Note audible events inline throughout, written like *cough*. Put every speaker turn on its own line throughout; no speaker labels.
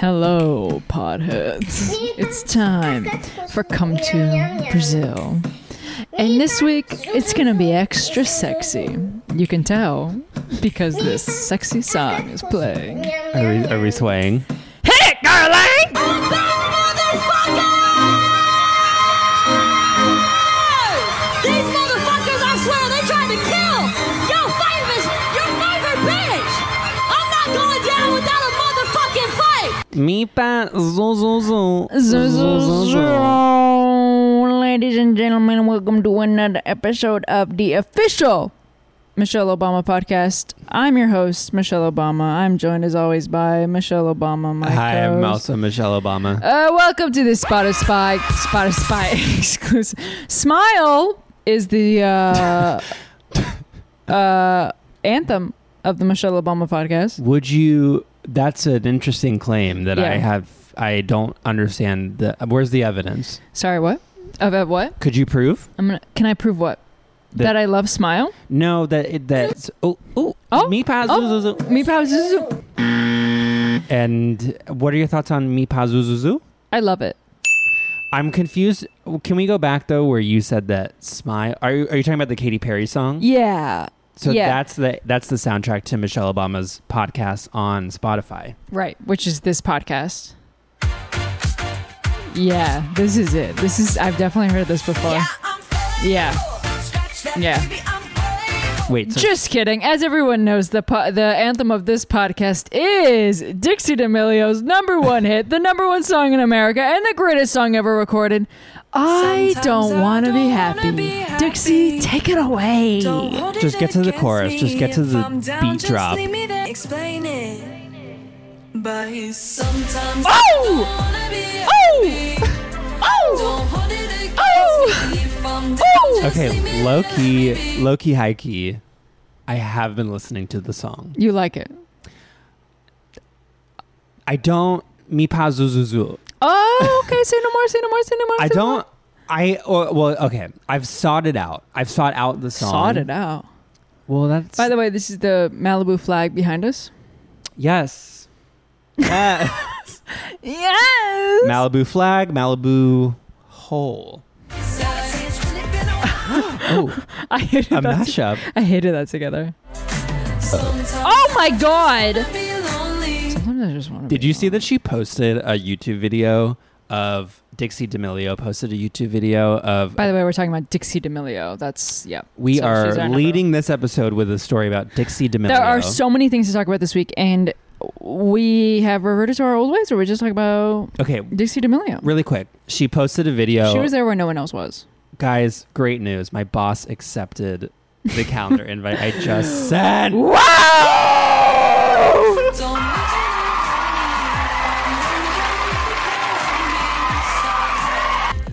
Hello, potheads. It's time for Come to Brazil. And this week, it's gonna be extra sexy. You can tell because this sexy song is playing.
Are we, are we swaying?
Hit it, darling!
These motherfuckers, I swear, they tried to kill your favorite, your favorite bitch. I'm not going down without a motherfucking fight.
Me pa zo zo zo.
Zo, zo, zo. Ladies and gentlemen, welcome to another episode of the official Michelle Obama podcast. I'm your host, Michelle Obama. I'm joined as always by Michelle Obama. My
Hi, I'm
co-host.
also Michelle Obama.
Uh, welcome to this Spotify Spotify *laughs* exclusive. Smile is the *laughs* uh, uh, anthem of the Michelle Obama podcast.
Would you? That's an interesting claim that I
Yeah.
have. I don't understand. The, where's the evidence?
Sorry, what? About what?
Could you prove?
I'm gonna. Can I prove what?
That-
That, I love Smile.
No, that it, that's oh oh,
Oh,
me pa
oh.
zo zo zo.
Me pow zuzu.
And what are your thoughts on me pa zo zo zo?
I love it.
I'm confused. Can we go back though, where you said that smile? Are you, are you talking about the Katy Perry song?
Yeah.
So
yeah.
that's the that's the soundtrack to Michelle Obama's podcast on Spotify.
Right, which is this podcast. Yeah, this is it. This is. I've definitely heard this before. Yeah. Yeah.
Wait, so
Just kidding. As everyone knows, the po- the anthem of this podcast is Dixie D'Amelio's number one hit, the number one song in America, and the greatest song ever recorded. I don't want to be happy. Dixie, take it away.
Just get to the chorus. Just get to the beat drop.
Explain it. But sometimes
Oh! Oh!
*laughs*
Oh! Oh! Oh!
okay, low key, low key, high key. I have been listening to the song.
You like it?
I don't mi pa zu zu zu.
Oh, okay. Say no more. Say no more. Say no more.
I
say no more.
don't. I or, well, okay. I've sought it out. I've sought out the song.
Sawed it out.
Well, that's
By the way, this is the Malibu flag behind us.
yes. Yeah.
Yes.
Malibu flag, Malibu hole.
*laughs*
Oh,
*laughs* I hated
a
that.
mashup.
I hated that together. Oh my god! Sometimes I just want to.
Did you see that she posted a YouTube video of Dixie D'Amelio posted a YouTube video of
By the way, we're talking about Dixie D'Amelio. That's yeah. So
we
she's our
are
number-
leading this episode with a story about Dixie D'Amelio.
There are so many things to talk about this week, and we have reverted to our old ways, or we just talk about
okay,
Dixie D'Amelio.
really quick. She posted a video.
She was there where no one else was.
Guys, great news! My boss accepted
*laughs*
the calendar invite
*gasps*
I just sent.
Wow!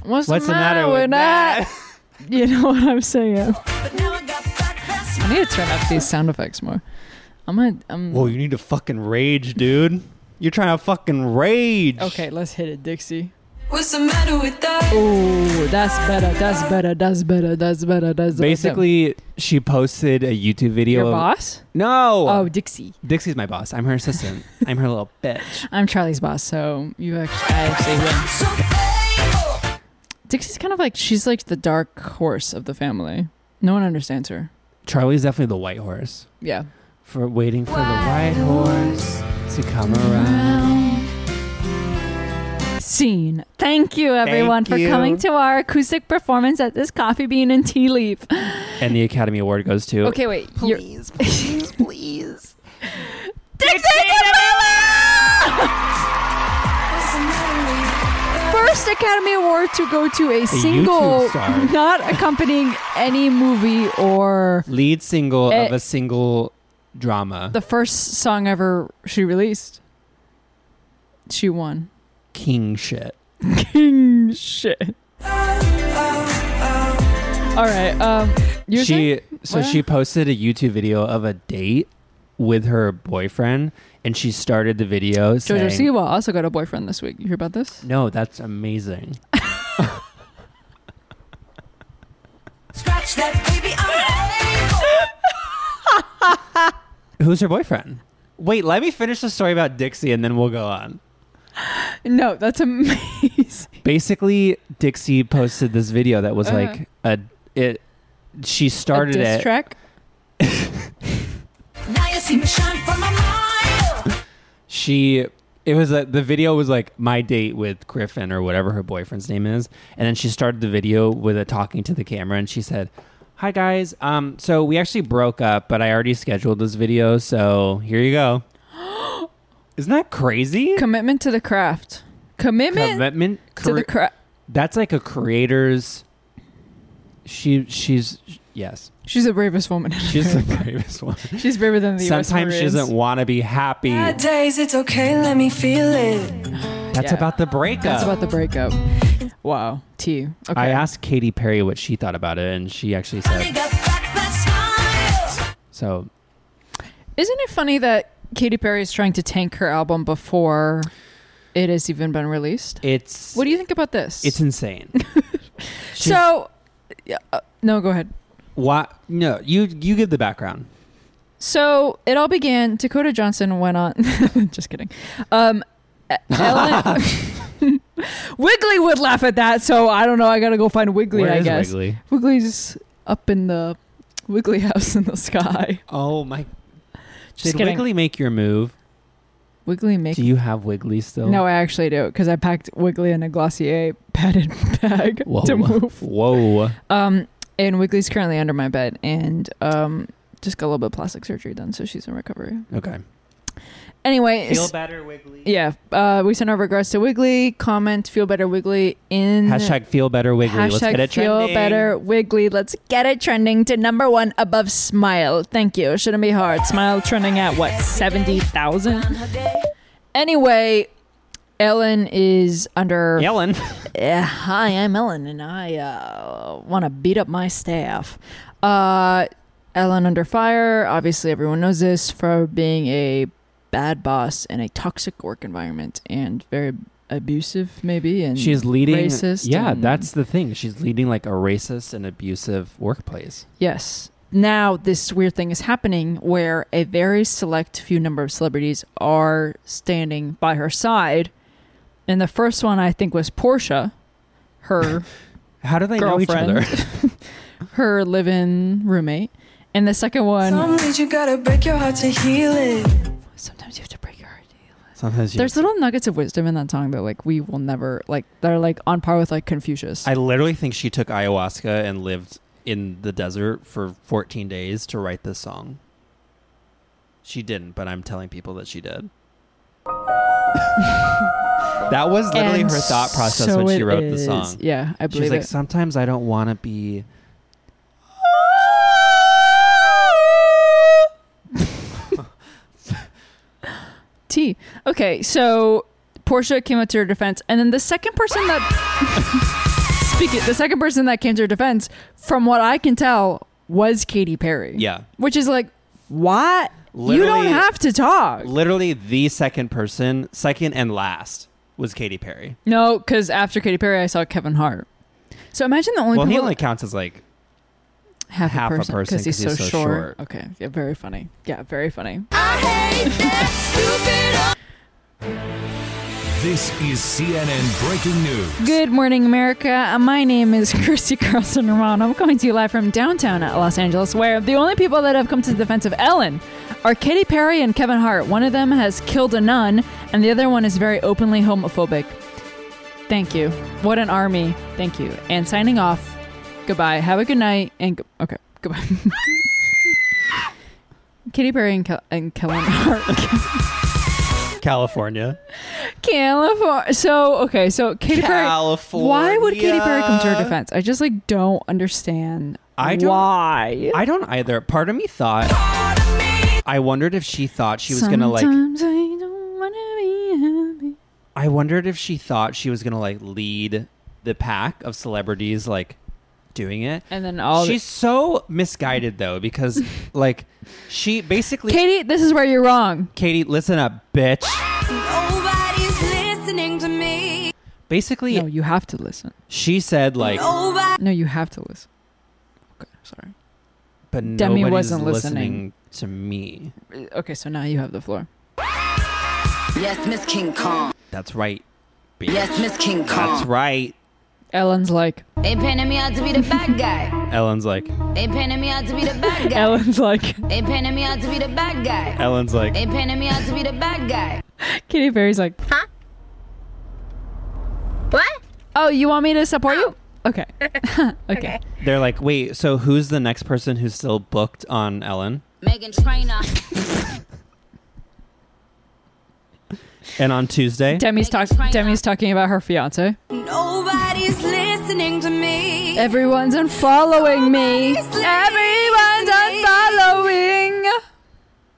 What's,
What's the matter with that?
You know what I'm saying? I need to turn up these sound effects more. I'm gonna. I'm,
Whoa, you need to fucking rage, dude. You're trying to fucking rage.
okay, let's hit it, Dixie.
What's the matter with that?
Oh, that's better. That's better. That's better. That's better. That's better.
Basically, she posted a YouTube video.
your
of,
boss.
No.
Oh, Dixie.
Dixie's my boss. I'm her assistant. I'm her little bitch.
I'm Charlie's boss, so you actually, I actually win. Dixie's kind of like she's like the dark horse of the family. No one understands her.
Charlie's definitely the white horse.
Yeah.
For waiting for the white horse to come around.
Scene. Thank you, everyone,
Thank you.
for coming to our acoustic performance at this coffee bean and tea leaf.
And the Academy Award goes to
Okay, wait. you're- *laughs*
please, please.
Dixie D'Amelio! First Academy Award to go to a single,
YouTube star.
*laughs* not accompanying any movie or
Lead single
Eh.
of a single drama.
the first song ever she released. She won.
King shit.
King shit. All right. Um, you were saying?
she so
What?
she posted a YouTube video of a date with her boyfriend and she started the video
Jojo
saying,
Siwa also got a boyfriend this week. You hear about this?
No, that's amazing.
Scratch that, baby, I'm
Who's her boyfriend? Wait, let me finish the story about Dixie and then we'll go on.
No, that's amazing.
Basically, Dixie posted this video that was like a it. She
A
started
Uh-huh. diss
it.
track.
Now you see me shine from a mile.
she it was a, the video was like my date with Griffin or whatever her boyfriend's name is, and then she started the video with a talking to the camera, and she said, "Hi guys, um, so we actually broke up, but I already scheduled this video, so here
*gasps*
you go." Isn't that crazy?
Commitment to the craft. Commitment
Commitment
to the
cre-
craft.
that's like a creator's. She she's yes,
She's the bravest woman.
she's
*laughs*
the bravest one.
She's braver than the US
Sometimes she
Marines.
doesn't want to be happy.
Bad days, it's okay, let me feel it.
That's
Yeah.
about the breakup.
That's about the breakup. Wow. T. Okay.
I asked Katy Perry what she thought about it, and she actually
They
said,
got back that smile.
"So
Isn't it funny that Katy Perry is trying to tank her album before it has even been released?
it's
What do you think about this? *laughs*
it's insane." She's-
so. yeah, uh, no, go ahead.
why? No, you you give the background.
So it all began. Dakota Johnson went on. *laughs* just kidding. Um,
*laughs*
E- Ellen. *laughs* Wiggly would laugh at that, so I don't know. I gotta go find Wiggly.
Where
I
is
guess
Wiggly?
Wiggly's up in the Wiggly *laughs* house in the sky.
Oh my!
Just
Did
kidding.
Wiggly make your move?
Wiggly make
Do you have Wiggly still?
No, I actually do because I packed Wiggly in a Glossier padded *laughs* bag
Whoa!
to move.
*laughs* Whoa!
Um, and Wiggly's currently under my bed and um, just got a little bit of plastic surgery done, so she's in recovery.
Okay.
Anyway, s-
better, Wiggly.
yeah, uh, we send our regards to Wiggly. Comment, feel better Wiggly in
Hashtag feel better Wiggly. Let's
hashtag
get it
feel
trending. *laughs*
better Wiggly. Let's get it trending to number one above Smile. Thank you. Shouldn't be hard. Smile trending at what seventy thousand. Anyway, Ellen is under
Ellen.
Uh, hi, I'm Ellen, and I uh, want to beat up my staff. Uh, Ellen under fire. Obviously, everyone knows this for being a bad boss in a toxic work environment and very abusive, maybe. And
She's leading.
racist
Yeah,
and-
that's the thing. She's leading like a racist and abusive workplace.
Yes. Now, this weird thing is happening where a very select few number of celebrities are standing by her side. And the first one I think was Portia, her
How do they know each
Girlfriend. *laughs*
other?
her live-in roommate. And the second one,
Some days you gotta break your heart to heal it.
sometimes you have to break your heart.
Sometimes you
There's little nuggets of wisdom in that song that like we will never like. They're like on par with like Confucius.
I literally think she took ayahuasca and lived in the desert for 14 days to write this song. She didn't, but I'm telling people that she did. *laughs* that was literally
And
her thought process
so
when she
it
wrote the
is.
song.
Yeah, I
She's
believe
like,
it.
sometimes I don't want to be.
T. Okay, so Portia came up to her defense, and then the second person that *laughs* speak it, the second person that came to her defense, from what I can tell, was Katy Perry.
Yeah.
which is like, what? you
Literally-
don't have to talk.
Literally the second person, second and last, was Katy Perry.
No, because after Katy Perry, I saw Kevin Hart. So imagine the only
Well, he
people-
only counts as like
half,
half a
a person
person
because he's,
'cause he's
so,
so
short.
short.
Okay, yeah, very funny. Yeah, very funny.
This is CNN Breaking News.
Good morning, America. Uh, My name is *laughs* Christy Carlson Romano. I'm coming to you live from downtown Los Angeles, where the only people that have come to the defense of Ellen are Katy Perry and Kevin Hart. One of them has killed a nun, and the other one is very openly homophobic. Thank you. What an army. Thank you. And signing off. Goodbye. Have a good night. And go- okay, goodbye. *laughs* Katy Perry and, Ke- and Kevin Hart.
California.
California. So okay, so Katy Perry.
California.
Why would Katy Perry come to her defense? I just like don't understand.
I don't-
why.
I don't either. Part of me thought. I wondered if she thought she was gonna like.
Sometimes I don't wanna be happy.
I wondered if she thought she was gonna like lead the pack of celebrities like doing it.
And then all the-
she's so misguided
*laughs*
though because like she basically
Katie, this is where you're wrong.
Katie, listen up, bitch.
Nobody's listening to me.
Basically,
No, you have to listen.
she said like,
Nobody.
No, you have to listen. Okay, sorry.
but
Demi
nobody's
wasn't listening.
listening. to me.
Okay, so now you have the floor.
Yes, Miss King Kong.
That's right. bitch.
Yes, Miss King
That's
Kong.
right.
Ellen's like,
They painted me out to be the bad guy.
Ellen's like,
They painted me out to be the bad guy.
Ellen's like, *laughs*
They painted me out to be the bad guy.
Ellen's like,
They painted me out to be the bad guy.
Katy Perry's like,
Huh? What?
oh, you want me to support you? Okay. *laughs* okay.
they're like, wait, so who's the next person who's still booked on Ellen?
Megan Trainor.
And on Tuesday,
Demi's talk- Demi's talking about her fiance.
Nobody's listening to me.
Everyone's unfollowing me. Everyone's unfollowing.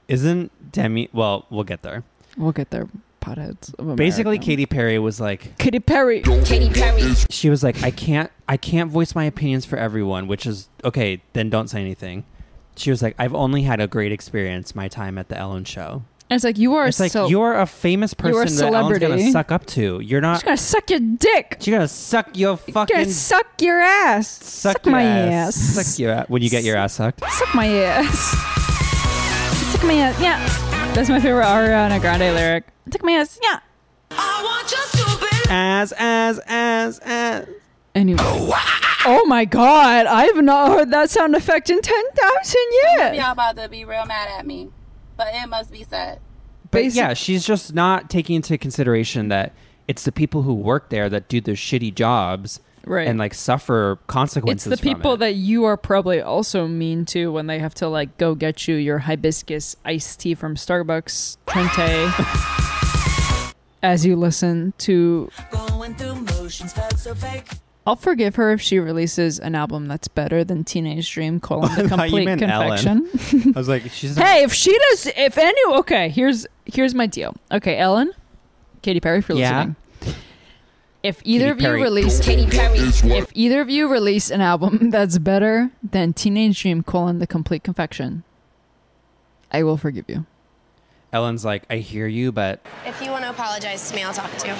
isn't Demi? Well, we'll get there.
We'll get there, potheads. of America.
Basically, Katy Perry was like,
Katy Perry.
Katy Perry.
she was like, I can't, I can't voice my opinions for everyone, which is okay. Then don't say anything. She was like, I've only had a great experience my time at the Ellen show.
It's like you are
It's like
so.
you're a famous
You're a
person that Ellen's
celebrity.
gonna suck up to. You're not.
just gonna suck your dick.
She's gonna suck your
Gonna
fucking
suck your ass. Suck,
your
my ass.
Suck your ass. When you get your ass sucked.
Suck my ass. Suck my ass. Yeah. That's my favorite Ariana Grande lyric. Suck my ass. Yeah.
I want your stupid.
As, as, as, as.
Anyway. Oh my god, I've not heard that sound effect in 10,000 years.
Y'all about to be real mad at me, but it must be said.
But
Basic-
yeah, she's just not taking into consideration that it's the people who work there that do their shitty jobs
Right.
and like suffer
It's
consequences.
the
from
people
it.
that you are probably also mean to when they have to like go get you your hibiscus iced tea from Starbucks, Trente. as you listen to
Going through motions felt so fake.
I'll forgive her if she releases an album that's better than Teenage Dream: colon, The
*laughs* I thought
Complete
you meant Ellen.
Confection.
I was like, she's
Hey, if she does, if any, okay, here's here's my deal. Okay, Ellen, Katy Perry, if you're
Yeah.
listening, if either
Katy
of you
Perry.
release,
Katy Perry.
if either of you release an album *laughs* that's better than Teenage Dream: colon, The Complete Confection, I will forgive you.
Ellen's like, I hear you, but
If you want to apologize to me, I'll talk to you.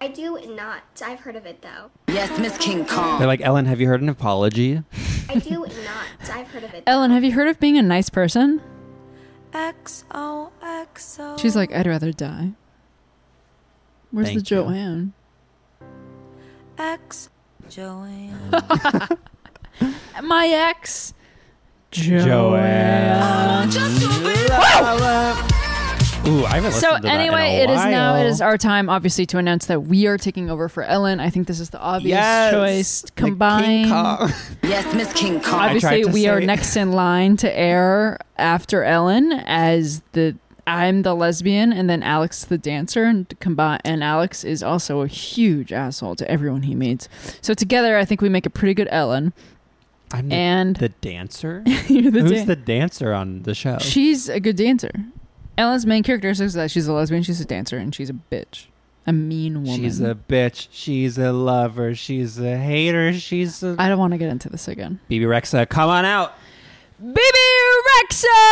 I do not. I've heard of it though.
Yes, Miss King
they're
Kong.
like, Ellen, have you heard an apology?
I do not. I've heard of it.
Ellen, have you heard of being a nice person?
XOXO.
She's like, I'd rather die. Where's
Thank
the
you.
Joanne?
X. Joanne.
My ex, Joanne. Oh,
Just stupid.
Ooh, I haven't
So
listened to that in a
anyway, it is now
while.
it is our time, obviously, to announce that we are taking over for Ellen. I think this is the obvious
Yes.
choice.
The King
Combined,
Kong. *laughs*
Yes, Miss King Kong.
I tried
obviously,
to
we are
say-
next in line to air after Ellen as the I'm the lesbian, and then Alex the dancer, and combine and Alex is also a huge asshole to everyone he meets. So together, I think we make a pretty good Ellen. *laughs*
I'm the,
And-
the dancer.
*laughs* You're the
Who's
dan-
the dancer on the show?
She's a good dancer. Ellen's main characteristic is that she's a lesbian, she's a dancer, and she's a bitch. A mean woman.
She's a bitch. She's a lover. She's a hater. She's a
I don't want to get into this again.
BB Rexa. Come on out.
Baby Rexa!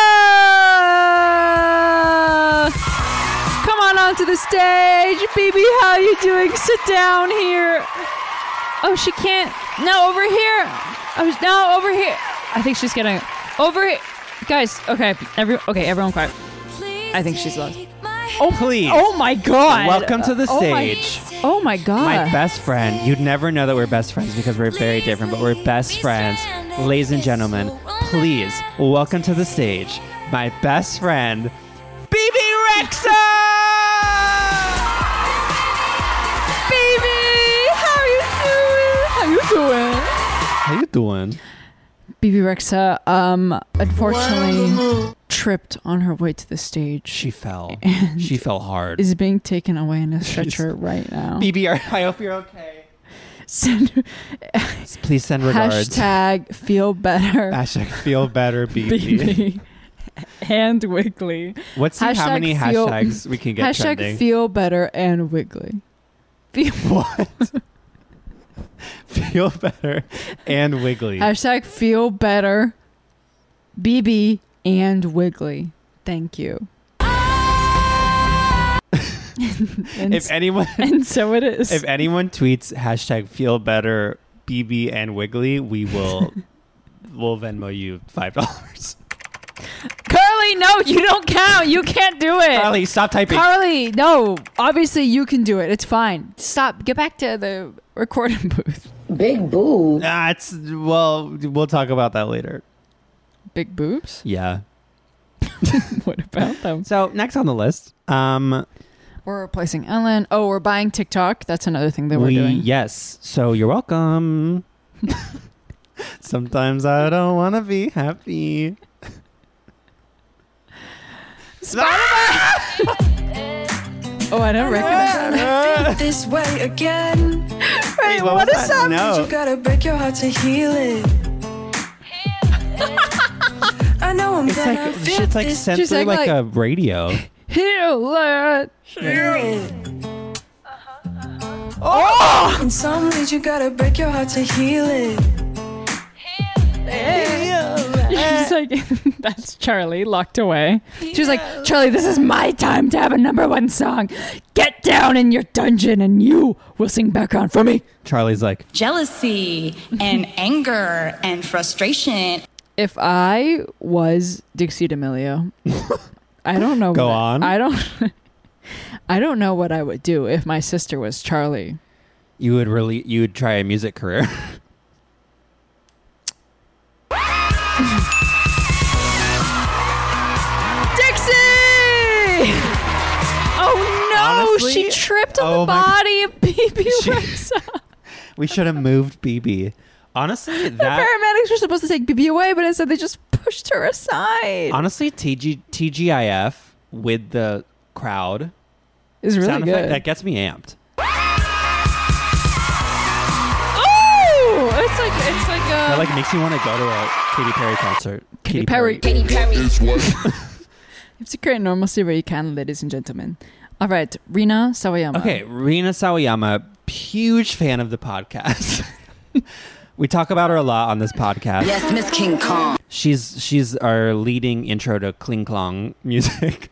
Come on onto the stage. Baby, how you doing? Sit down here. Oh, she can't. No, over here. Oh, no, over here. I think she's getting over here. Guys, okay, every okay, everyone quiet. I think she's lost.
Oh please.
Oh my god.
Welcome to the
Oh my-
stage.
Oh my god.
My best friend. You'd never know that we're best friends because we're very different, but we're best friends. Ladies and gentlemen, please welcome to the stage my best friend, BB Rexa.
baby. How you doing? How you doing?
How you doing?
BB Rexa, um, unfortunately tripped on her way to the stage. *laughs*
She fell. she fell hard.
is being taken away in a stretcher right now.
BB, I hope you're okay.
*laughs* Send
Please send regards.
hashtag feel better
*laughs*
*laughs*
Hashtag feel better, BB.
BB and Wiggly.
*laughs* Let's see how
Hashtag
many
feel-
hashtags we can get
Hashtag
trending.
feel better and Wiggly. Feel-
what? *laughs* feel better and wiggly.
hashtag feel better BB and Wiggly. Thank
*laughs*
you. *laughs* and,
if
*laughs*
anyone,
and so it is.
if anyone tweets hashtag feel better BB
*laughs*
and wiggly, we will will Venmo you five dollars.
No, you don't count. You can't do it.
Carly, stop typing.
Carly, no. Obviously, you can do it. It's fine. Stop. Get back to the recording *laughs* booth.
Big boo.
Ah, it's well, we'll talk about that later.
Big boobs?
Yeah.
*laughs* What about them?
So next on the list, um,
We're replacing Ellen. Oh, we're buying TikTok. That's another thing that we're
we
doing.
yes. So you're welcome. *laughs* Sometimes I don't want to be happy.
Oh, I don't recognize that.
Ah.
This way again.
Wait, *laughs* what is that?
You gotta break your heart to heal it. I know I'm
It's
gonna
like
feel
shit's like
this
sent
She's
through
like-
like,
like-
a radio.
*laughs* Heal *laughs* it.
feeling.
Uh-huh,
Oh! In some ways, you gotta break your heart to heal it.
She's like, *laughs* that's Charlie locked away. She's like, Charlie, this is my time to have a number one song. Get down in your dungeon and you will sing background for me.
Charlie's like,
Jealousy and anger and frustration.
If I was Dixie
*laughs*
D'Amelio, I don't know.
Go
what-
on.
I don't. *laughs* I don't know what I would do if my sister was Charlie.
you would really, you would try a music career. *laughs*
Dixie! *laughs* Oh no,
Honestly,
she tripped on
oh
the
my-
body *laughs* of BB
She-
Rexa.
we should have moved BB.
*laughs*
Honestly, that
Paramedics were supposed to take BB away, but instead they just pushed her aside.
honestly TG, TGIF with the crowd
It's really
sound
good.
effect that gets me amped.
Oh, it's like it's like
That
a
like makes me want to go to a Katy Perry concert.
Katy Perry.
Katy Perry.
*laughs* It's a great normalcy where you can, ladies and gentlemen. All right, Rina Sawayama.
Okay, Rina Sawayama, huge fan of the podcast. *laughs* we talk about her a lot on this podcast.
Yes, Miss King Kong.
She's she's our leading intro to Kling Klong
*laughs*
music.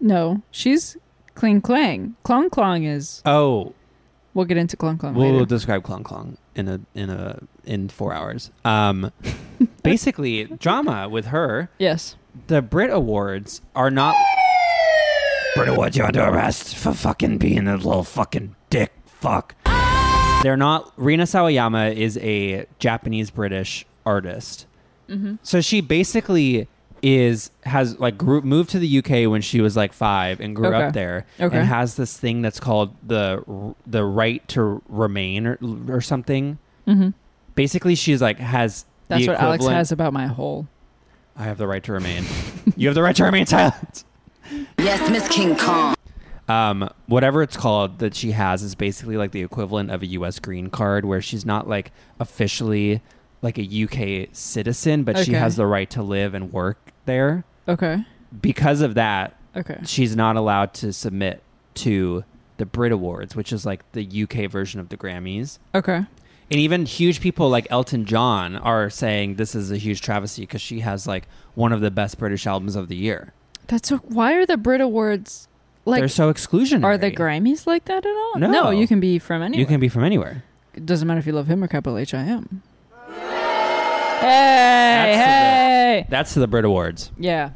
No, she's Kling Clang. Klong Klong is.
Oh,
We'll get into Klong Klong
*laughs* we'll
later.
describe Klong Klong in a in a in four hours. Um, basically, drama with her.
yes.
The Brit Awards are not. Brit Awards, you're under arrest for fucking being a little fucking dick. Fuck. They're not. Rina Sawayama is a Japanese British artist.
Mm-hmm.
So she basically is has like grew, moved to the UK when she was like five and grew
Okay.
up there
Okay.
and has this thing that's called the r- the right to remain or, or something. Basically, she's like has
Mm-hmm. That's
the
what Alex
equivalent-
has about my whole.
I have the right to remain. *laughs* you have the right to remain silent.
Yes, Miss King Kong.
Um, whatever it's called that she has is basically like the equivalent of a U.S. green card, where she's not like officially like a U.K. citizen, but she
Okay.
has the right to live and work there.
Okay.
Because of that,
Okay.
she's not allowed to submit to the Brit Awards, which is like the U.K. version of the Grammys.
Okay.
And even huge people like Elton John are saying this is a huge travesty because she has like one of the best British albums of the year.
That's so. Why are the Brit Awards like?
They're so exclusionary.
are the Grammys like that at all?
No.
you can be from anywhere.
You can be from anywhere.
It doesn't matter if you love him or capital H I M. Hey,
That's
hey.
That's the Brit Awards.
Yeah.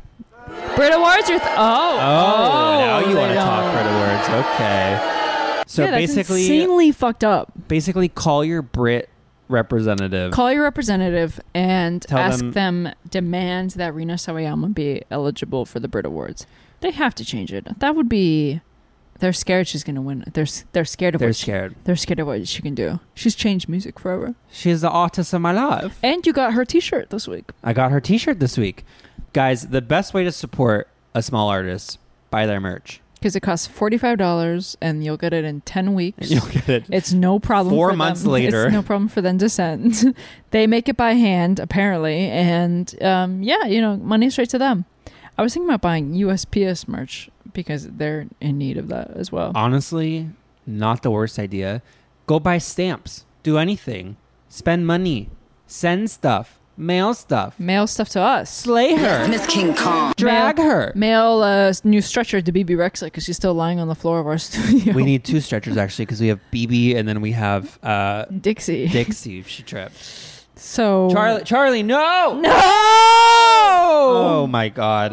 Brit Awards are. Th- oh.
Oh, now you
they
want to
don't.
talk Brit Awards? Okay. So
yeah, that's
basically,
insanely fucked up.
basically, call your Brit representative.
Call your representative and
Tell
ask
them-
them, demand that Rina Sawayama be eligible for the Brit Awards. They have to change it. That would be. They're scared she's gonna win. They're s- they're scared of
They're
what she-
scared.
they're scared of what she can do. She's changed music forever.
She's the artist of my life.
And you got her T-shirt this week.
I got her T-shirt this week, guys. The best way to support a small artist buy their merch.
Because it costs forty five dollars, and you'll get it in ten weeks.
*laughs* You'll get it.
It's no problem.
Four
for
months
them.
later.
*laughs* it's no problem for them to send. *laughs* they make it by hand, apparently, and um, yeah, you know, money straight to them. I was thinking about buying USPS merch because they're in need of that as well.
Honestly, not the worst idea. Go buy stamps. Do anything. Spend money. Send stuff. Mail stuff.
Mail stuff to us.
Slay her.
Miss King Kong.
Drag
Mail-
her.
Mail a new stretcher to BB Rexa because she's still lying on the floor of our *laughs* studio.
We need two stretchers actually because we have BB and then we have uh,
Dixie.
Dixie. if She tripped.
so
Charlie, Charlie, no!
No.
Oh my God.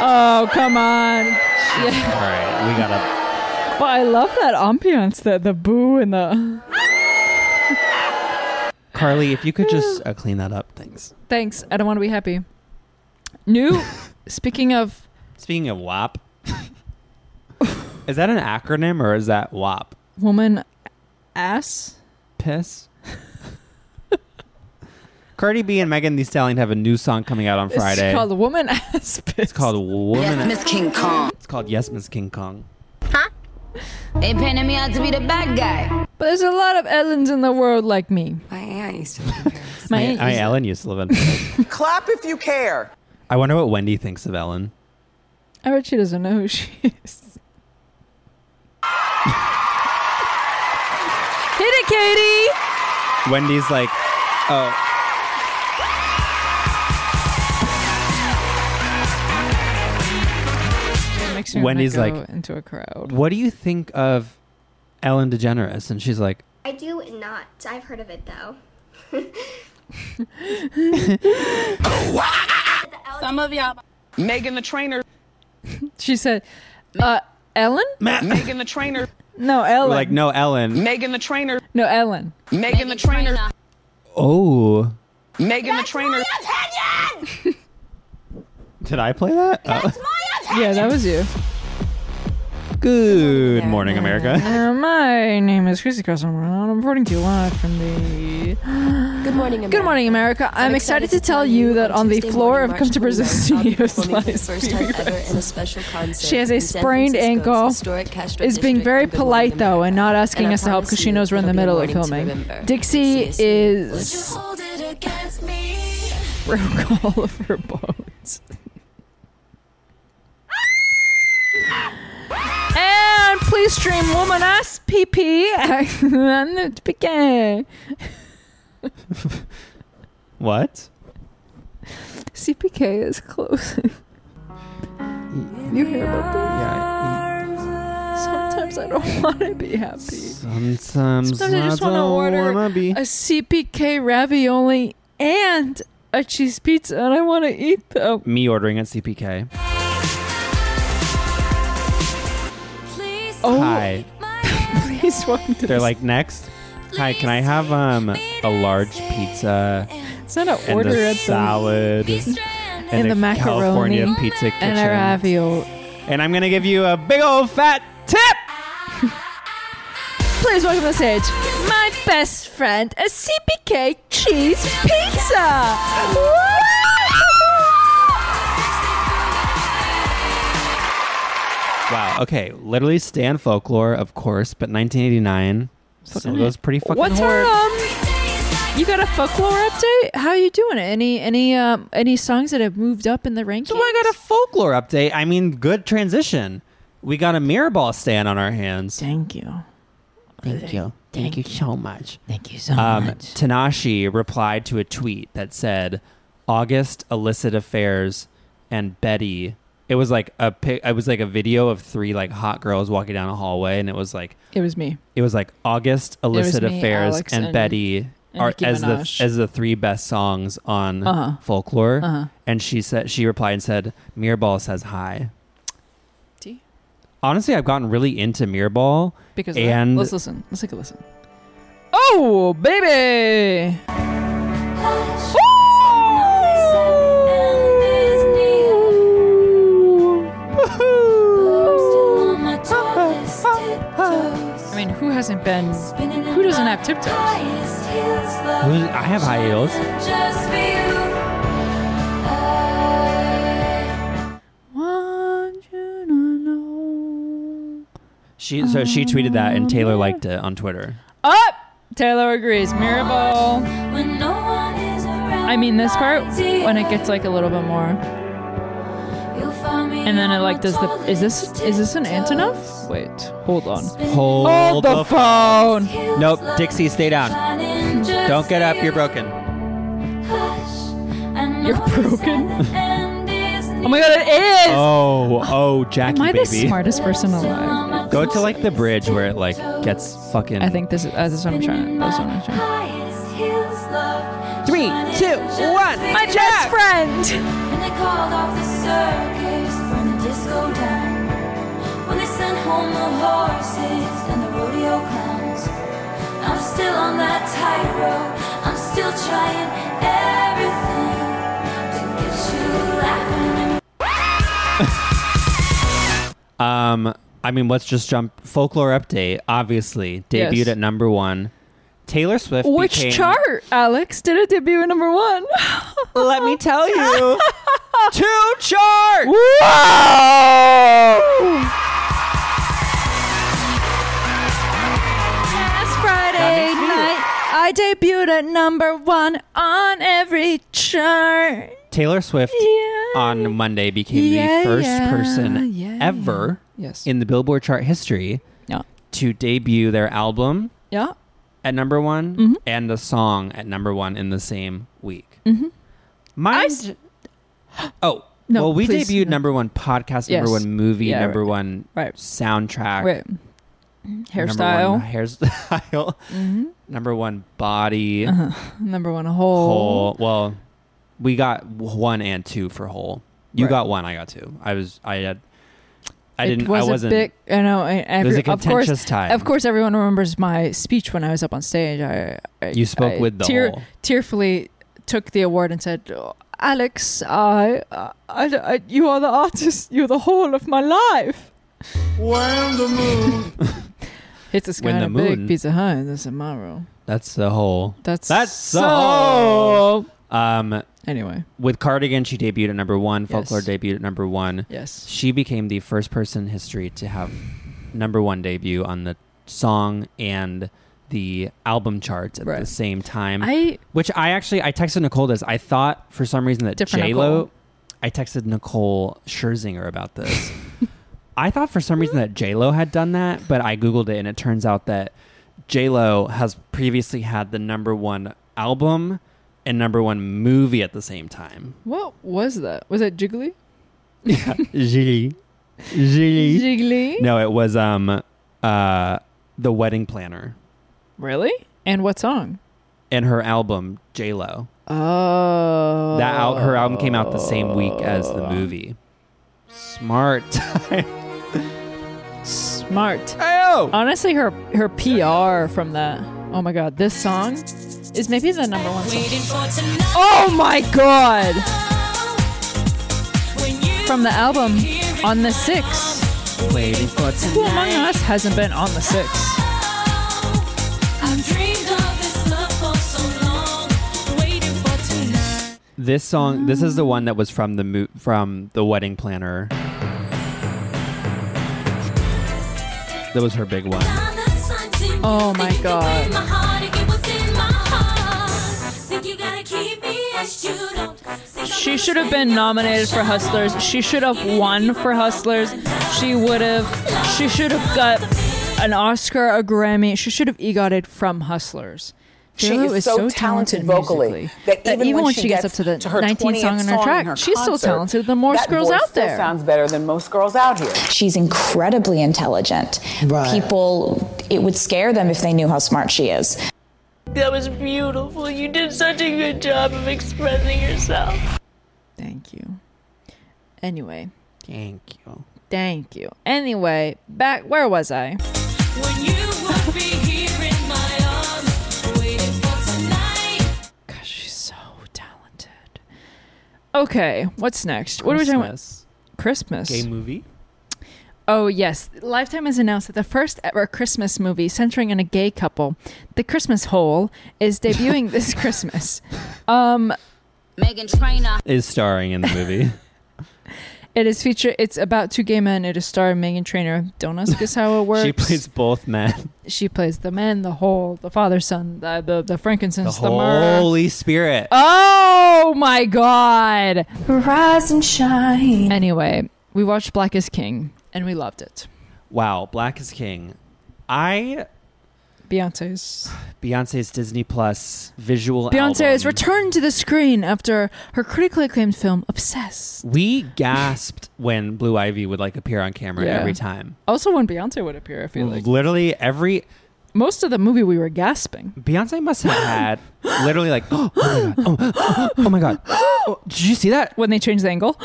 Oh, come on.
All right, we gotta.
But I love that ambiance, that the boo and the.
Carly, if you could just uh, clean that up, thanks.
Thanks. I don't want to be happy.
*laughs*
New. Speaking of,
Speaking of WAP, *laughs* is that an acronym or is that WAP?
woman ass.
Piss. *laughs* Cardi B and Megan Thee Stallion have a new song coming out on Friday.
It's called woman ass. Bitch.
It's called Woman.
Yes, Miss King Kong.
It's called Yes, Miss King Kong.
They painted me out to be the bad guy.
But there's a lot of Ellens in the world like me.
My aunt used to live in Paris.
My
I,
aunt
I
used-
Ellen used to live
*laughs*
in.
Clap if you care.
I wonder what Wendy thinks of Ellen.
I bet she doesn't know who she is. Hit it, Katie.
Wendy's like, oh,
Makes me wanna
Wendy's
go
like-
into a crowd.
what do you think of Ellen DeGeneres? And she's like,
I do not. I've heard of it though.
Some of y'all
Megan the trainer.
She said, "Uh, Ellen?
Megan the trainer.
No, Ellen.
We're like, no, Ellen.
Megan the trainer.
no, Ellen.
Megan the trainer.
Oh,
Megan the trainer.
did I play that? Oh.
Yeah, that was
*laughs*
you.
Good morning, America.
*laughs*
*laughs*
Uh, my name is Chrissy Crossover, and I'm reporting to you live from the
Good morning, America.
Good Morning America. I'm, excited, to tell you that on the
Tuesday
floor
morning,
of Come
March
to Brazil
29th, I'll be
Studios
performing for the
*laughs* lies
first time ever in a special concert
She has a
in San
sprained
Francisco's
ankle,
historic Castro
is being
district
very
on Good Morning
polite, though, and
America.
not asking
And I
us to help
promise
because she
you,
knows we're in the
it'll be a
middle of
morning to
filming.
remember. See
Dixie
you soon.
*laughs* is broke all of her bones. and please stream Woman Ass PP on *laughs* the PK.
What?
CPK is closing. You hear about that?
Yeah.
Sometimes I don't want to be happy.
Sometimes,
Sometimes I just want to
don't
order
wanna be.
a CPK ravioli and a cheese pizza, and I want to eat them.
Me ordering at CPK.
Oh,
Hi.
please welcome to
They're
this.
like next. Hi, can I have um a large pizza
it's not an
and
order
a
at the
salad and,
And
a
the macaroni
California pizza kitchen?
and a ravioli.
and I'm gonna give you a big old fat tip.
Please welcome to the stage my best friend, a CPK cheese pizza.
Wow. Okay. Literally Stan folklore, of course, but 1989 still goes pretty fucking
What's her
hard.
um? You got a folklore update? How you doing? Any any um any songs that have moved up in the rankings?
So I got a folklore update. I mean, good transition. We got a mirror ball stand on our hands.
Thank you.
Thank you. Thank you so much.
Thank you so
Um,
much.
Tanashi replied to a tweet that said, "August illicit affairs and Betty." It was like a pic. It was like a video of three like hot girls walking down a hallway, and it was like
It was me.
it was like August illicit
me,
affairs
Alex,
and,
and-
Betty
and
are
Nicki
as the
Minaj.
as the three best songs on
Uh-huh.
folklore.
Uh-huh.
And she said she replied and said, "Mirrorball says hi."
D.
Honestly, I've gotten really into Mirrorball.
Because
of that. And-
let's
Let's
listen. Let's take a listen. Oh baby! I mean, who hasn't been? Who doesn't have tiptoes?
Who's, I have high heels.
Want you to know.
She so she tweeted that and Taylor liked it on Twitter.
Up. Taylor agrees. Mirable. I mean, this part when it gets like a little bit more, and then it like does the. Is this is this an Antonov? Wait, hold on.
Hold,
Hold the phone.
Nope, Dixie, stay down. Don't get up. You're broken.
You're *laughs* broken. oh my god, it is.
Oh, oh, Jackie
Am I
baby.
the smartest person alive?
Go to like the bridge where it like gets fucking.
I think this is. Uh, this is what I'm trying. This is what I'm trying.
three, two, one.
My best friend.
And they called off the circus.
disco dime. When they sent home the horses and the rodeo clowns. I'm still on that tightrope. I'm still trying everything to get you laughing.
Um, I mean, let's just jump. Folklore update, obviously, debuted
Yes.
at number one. Taylor Swift.
Which
became-
chart, Alex? Did it debut at number one? *laughs*
Let me tell you. Two charts.
Last Friday night, I debuted at number one on every chart.
Taylor Swift on Monday became
Yeah,
the first
yeah,
person
yeah.
ever
Yes.
in the Billboard chart history
Yeah.
to debut their album
Yeah.
at number one
Mm-hmm.
and the song at number one in the same week.
Mhm.
Mine. oh.
No,
well, we
please,
debuted
no.
number one podcast,
Yes.
number one movie,
Yeah,
number
right.
one
Right.
soundtrack,
Wait.
number
Hairstyle. Mm-hmm.
one *laughs* hairstyle, number one body,
Number one Uh-huh. whole.
whole. Well, we got w- one and two for whole. You
Right.
got one. I got two. I was. I had. I
It
didn't.
was
I wasn't.
A big, I know. I-
it was
every-
a
of course,
contentious time.
Of course, everyone remembers my speech when I was up on stage. I, I
You spoke
I
with the
tear-
whole.
tearfully took the award and said, "Oh, "Alex, I, I, I- you are the artist. You're the whole of my life."
When the moon.
*laughs* Hits this
When
guy in
the
a big
moon-
piece of high. This is my rule.
That's the whole.
That's
that's
so.
the whole. Um,
Anyway,
with Cardigan, she debuted at number one. Folklore
Yes.
debuted at number one.
yes,
She became the first person in history to have number one debut on the song and the album charts at the
Right.
same time.
I
Which I actually I texted Nicole this. I thought for some reason that
Different
J Lo.
Nicole.
I texted Nicole Scherzinger
*laughs*
about this. I thought for some reason that J Lo had done that, but I googled it and it turns out that J Lo has previously had the number one album and number one movie at the same time.
what was that? Was that Jiggly?
Julie, Julie.
Jiggly?
No, it was um uh the wedding planner
Really? And what song?
and her album J Lo.
Oh,
That al- her album came out the same week as the movie. Smart. *laughs*
smart.
oh,
Honestly, her her PR from that. Oh my god, this song is maybe the number one song.
Waiting for tonight
Oh my god!
when you
From the album On the Six.
waiting for
Who among us hasn't been on the six?
I've dreamed of this love for so long. Waiting for tonight.
this song. This is the one that was from the mo- from the wedding planner. That was her big one.
Oh my God. She should have been nominated for Hustlers. She should have won for Hustlers. She would have. She should have got an Oscar, a Grammy. She should have egotted from Hustlers.
She
J.Lo
is so talented vocally
musically
that even when
when
she
she gets,
gets
up to the
to her
19th song
20th
on her
song
track,
in her
she's still
concert,
talented than most
that
girls
voice
out
still
there.
sounds better than most girls out here.
She's incredibly intelligent. People, it would scare them if they knew how smart she is.
That was beautiful. You did such a good job of expressing yourself.
Thank you. Anyway,
Thank you.
thank you. Anyway, back. Where was I?
When you would be here in my arms, waiting for tonight.
Gosh, she's so talented. Okay, what's next? What are we talking about?
Christmas.
Christmas.
Gay movie.
Oh, yes. Lifetime has announced that the first ever Christmas movie centering on a gay couple, The Christmas Hole, is
*laughs*
debuting this Christmas. Um,
Megan Trainor.
Is starring in the movie.
it is feature. It's about two gay men. It is starring Megan Trainor. Don't ask us how it *laughs* works.
*laughs* she plays
*laughs*
both men.
She plays the man, the hole, the father, son, the the, the
The
frankincense, the, myrrh.
Holy Spirit.
Oh my god!
Rise and shine.
Anyway, we watched Black is King and we loved it.
Wow. Black is King. I
Beyonce's
Beyonce's Disney Plus visual.
Beyonce has
album.
returned to the screen after her critically acclaimed film Obsessed.
We gasped when Blue Ivy would like appear on camera
Yeah. Oh.
every time.
Also, when Beyonce would appear, I feel like
Literally every
most of the movie we were gasping.
Beyonce must
*laughs*
have had literally like *gasps* oh, my god oh, *gasps* oh, oh my god oh, did you see that
When they changed the angle,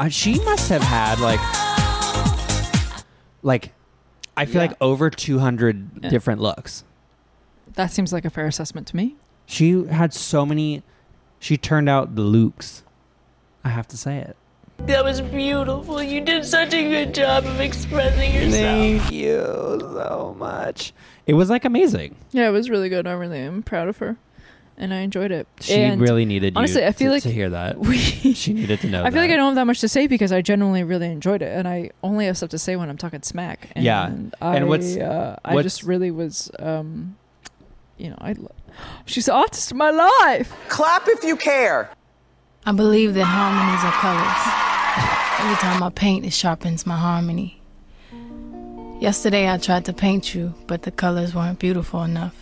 uh, she must have had like, like, I feel like over two hundred
Yeah.
different looks.
*gasps* That seems like a fair assessment to me.
She had so many. She turned out the Lukes. I have to say it.
That was beautiful. You did such a good job of expressing yourself.
Thank you so much. It was like amazing.
Yeah, it was really good. I really am proud of her, and I enjoyed it.
She
And
really needed you
honestly, I feel
to,
like
to hear
*laughs*
that.
we-
*laughs* she needed to know.
I feel
that.
like I don't have that much to say because I genuinely really enjoyed it, and I only have stuff to say when I'm talking smack. And
Yeah.
I,
And what's-
uh, I
what's-
just really was, um, you know, I. Lo- She's the artist of my life.
Clap if you care.
I believe that harmonies are colors. Every time I paint, it sharpens my harmony. Yesterday I tried to paint you, but the colors weren't beautiful enough.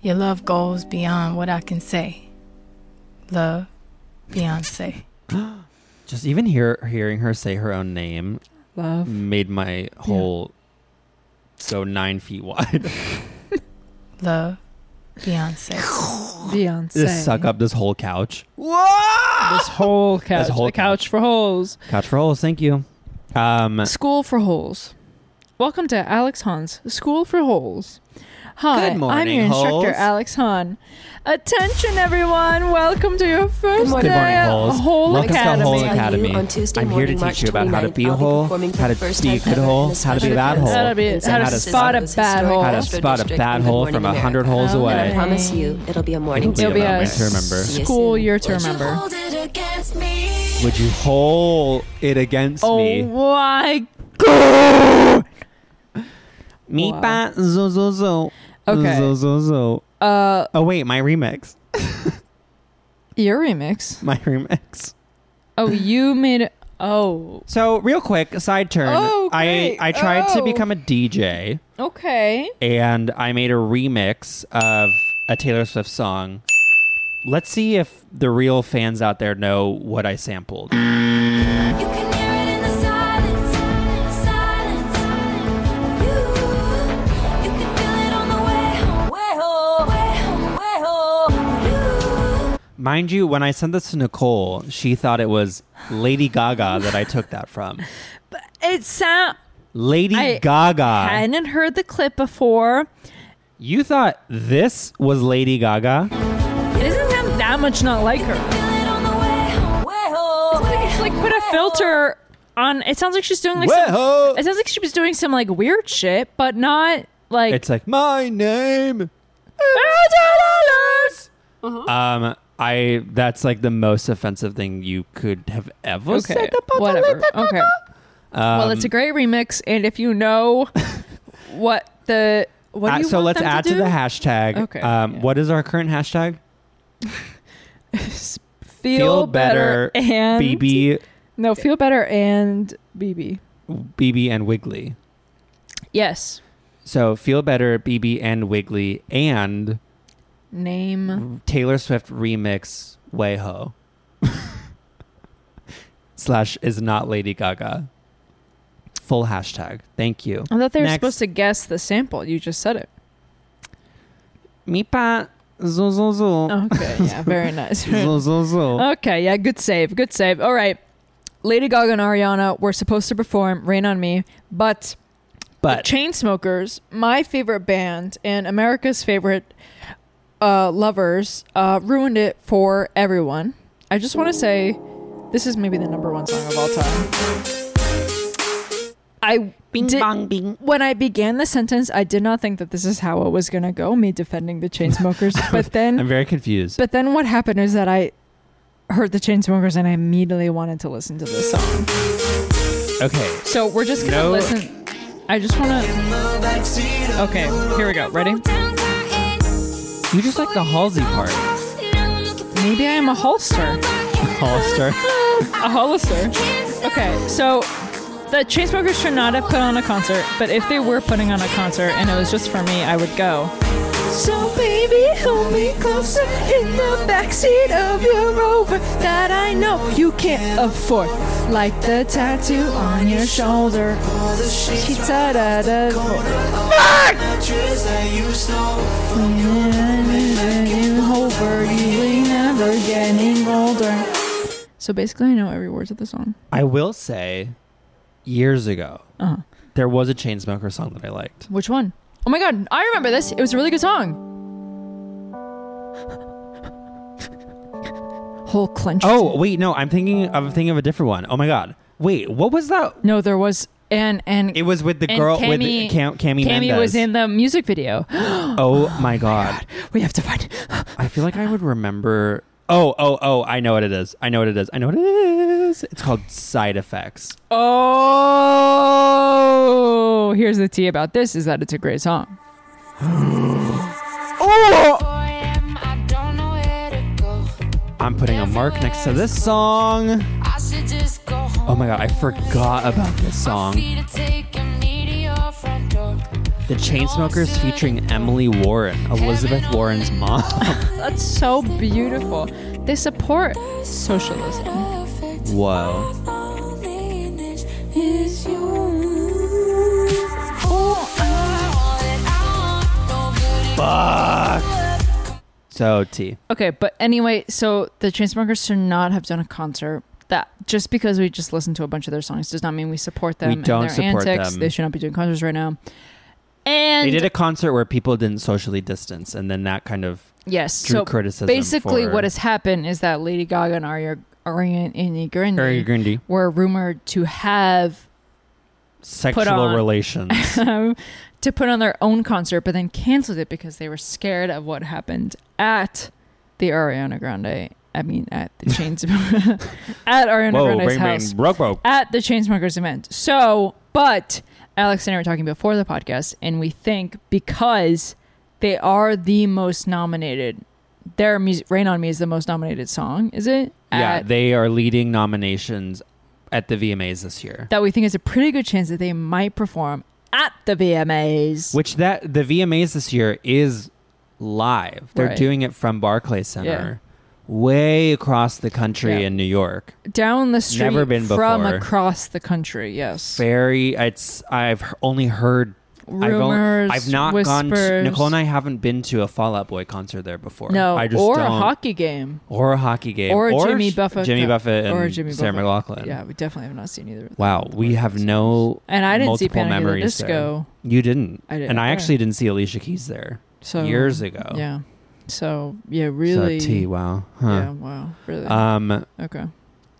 Your love goes beyond what I can say. Love, Beyonce.
Just even hear hearing her say her own name
Love.
made my whole so nine
*laughs*
feet wide.
Love, Beyonce.
Beyonce.
Just suck up Mm. this whole couch.
This whole couch.
whole
the couch, for holes.
Couch for holes, thank you. Um
School for holes. Welcome to Alex Hahn's School for Holes. Hi,
Good
I'm
morning,
your instructor,
holes.
Alex Hahn. Attention, everyone! Welcome to your first
Good
day
morning,
at
holes.
Hole
Welcome
Academy.
to Hole Academy.
on Tuesday
I'm here to
morning,
teach
March
you about how to
29th.
be a
I'll be
hole,
performing for
how
the
to
first
be a
time
good
ever
hole,
in a
how to be a
special
bad
event.
hole,
How to be-
and
how to spot a bad hole.
how to
District
spot a
District
bad
in
hole
Good
from a
Morning
hundred holes
America. I
away.
promise you, it'll be a morning
It'll be a moment to remember.
School year to remember.
Would you hole it against
Oh *laughs*
me?
my god!
Me
Wow.
ba zo zo zo.
Okay.
Zo zo zo.
Uh,
oh wait, my remix.
Your remix.
My *laughs* remix.
Oh, you made it. Oh,
So real quick, side turn.
Oh,
I
great.
I tried to
Oh.
become a DJ.
okay.
and I made a remix of a Taylor Swift song. Let's see if the real fans out there know what I sampled. Mind you, when I sent this to Nicole, she thought it was Lady Gaga that I took that from.
It sound.
Lady
I
Gaga.
hadn't heard the clip before.
You thought this was Lady Gaga?
It doesn't sound that much not like her. It's like, she, like put a filter on. It sounds like she's doing like
Whoa.
some. It sounds like she was doing some like weird shit, but not like.
*laughs* It's like my name.
Uh-huh.
Um, I that's like the most offensive thing you could have ever
*laughs* Okay.
said.
Whatever. Okay.
Um,
well, it's a great remix, and if you
*laughs*
know what the what
uh,
do you
so
want
let's
them
add to,
do?
the hashtag.
Okay,
Um, What is our current hashtag?
Feel, better, and
BB,
no, feel better and BB.
BB, and Wiggly.
Yes.
So feel better, BB, and Wiggly, and
Name.
Taylor Swift remix Way Ho *laughs* slash is not Lady Gaga. Full hashtag. Thank you.
I thought they were
Next.
supposed to guess the sample. You just said it.
Mi pa zo zo zo.
Okay, yeah, very *laughs* nice.
zo zo
oh,
zo.
Okay, yeah, good save, good save. All right, Lady Gaga and Ariana were supposed to perform "Rain on Me," but
But
Chainsmokers, my favorite band and America's favorite uh, lovers, uh, ruined it for everyone. I just want to say, this is maybe the number one song of all time. I
bing
did,
bong bing.
when I began the sentence, I did not think that this is how it was gonna go. Me defending the Chainsmokers, but then
I'm very confused.
but then what happened is that I heard the Chainsmokers and I immediately wanted to listen to this song.
okay.
So we're just gonna
No.
listen. I just wanna. Okay, here we go. Ready?
You just like the Halsey part.
Maybe I am a holster.
Hollister.
a Hollister. Okay, so the Chainsmokers should not have put on a concert, but if they were putting on a concert and it was just for me, I would go. So baby, hold me closer in the backseat of your Rover that I know you can't afford, like the tattoo on your shoulder. So basically, I know every word to the song.
I will say, years ago,
Uh-huh.
there was a Chainsmoker song that I liked.
Which one? Oh my god, I remember this. It was a really good song. Whole clenched.
Oh wait, no, I'm thinking. I'm thinking of a different one. Oh my god, wait, what was that?
No, there was and and
It was with the
and
girl with
Cami-
Cam, Cammy, Mendez.
was in the music
*gasps*
video.
oh my god.
we have to find.
*gasps* I feel like I would remember. Oh oh oh! I know what it is. I know what it is. I know what it is. It's called side effects.
Oh, here's the tea about this is that it's a great song.
I'm putting a mark next to this song. Oh my god, I forgot about this song. The Chainsmokers featuring Emily Warren, Elizabeth Warren's mom. *laughs*
That's so beautiful. They support socialism.
Whoa. Fuck. So T.
Okay, but anyway, so the Chainsmokers should not have done a concert. That just because we just listened to a bunch of their songs does not mean we support them.
We
and
don't
their
support
antics.
them.
They should not be doing concerts right now. And
they did a concert where people didn't socially distance, and then that kind of
yes,
drew
so
criticism.
basically,
for-
what has happened is that Lady Gaga and Arya Ariana Grande
Ariana Grande.
were rumored to have *laughs*
sexual
on- *laughs*
relations?
um, to put on their own concert, but then canceled it because they were scared of what happened at the Ariana Grande. I mean, at
*laughs*
the Chains *laughs* at Ariana
Whoa,
Grande's
bang, bang,
house
broke, broke.
at the Chainsmokers event. So, but Alex and I were talking before the podcast, and we think because they are the most nominated. Their music, "Rain on Me" is the most nominated song. Is it?
yeah,
At-
they are leading nominations at the VMAs this year.
that we think is a pretty good chance that they might perform at the VMAs.
Which that the VMAs this year is live. They're
Right.
doing it from Barclay Center, way across the country
Yeah.
in New York.
down the street
Never been
from
before.
across the country. Yes.
Very, it's I've h- only heard I've,
Rumors,
I've not gone. To,
whispers.
Nicole and I haven't been to a Fallout Boy concert there before.
No,
I just
or a
don't-
hockey game.
or a hockey game,
Or, Jimmy
sh-
Buffett.
Jimmy Buffett, and
or Jimmy
Sarah
Buffett.
McLaughlin.
Yeah, we definitely have not seen either. of them.
Wow, we have no
And I didn't see
multiple
Panic at the
memories there.
Disco.
You didn't,
I didn't
and I
either.
actually didn't see Alicia Keys there
So
years ago.
Yeah. So yeah, really.
So T, wow, huh.
Yeah, wow, really.
Um,
okay.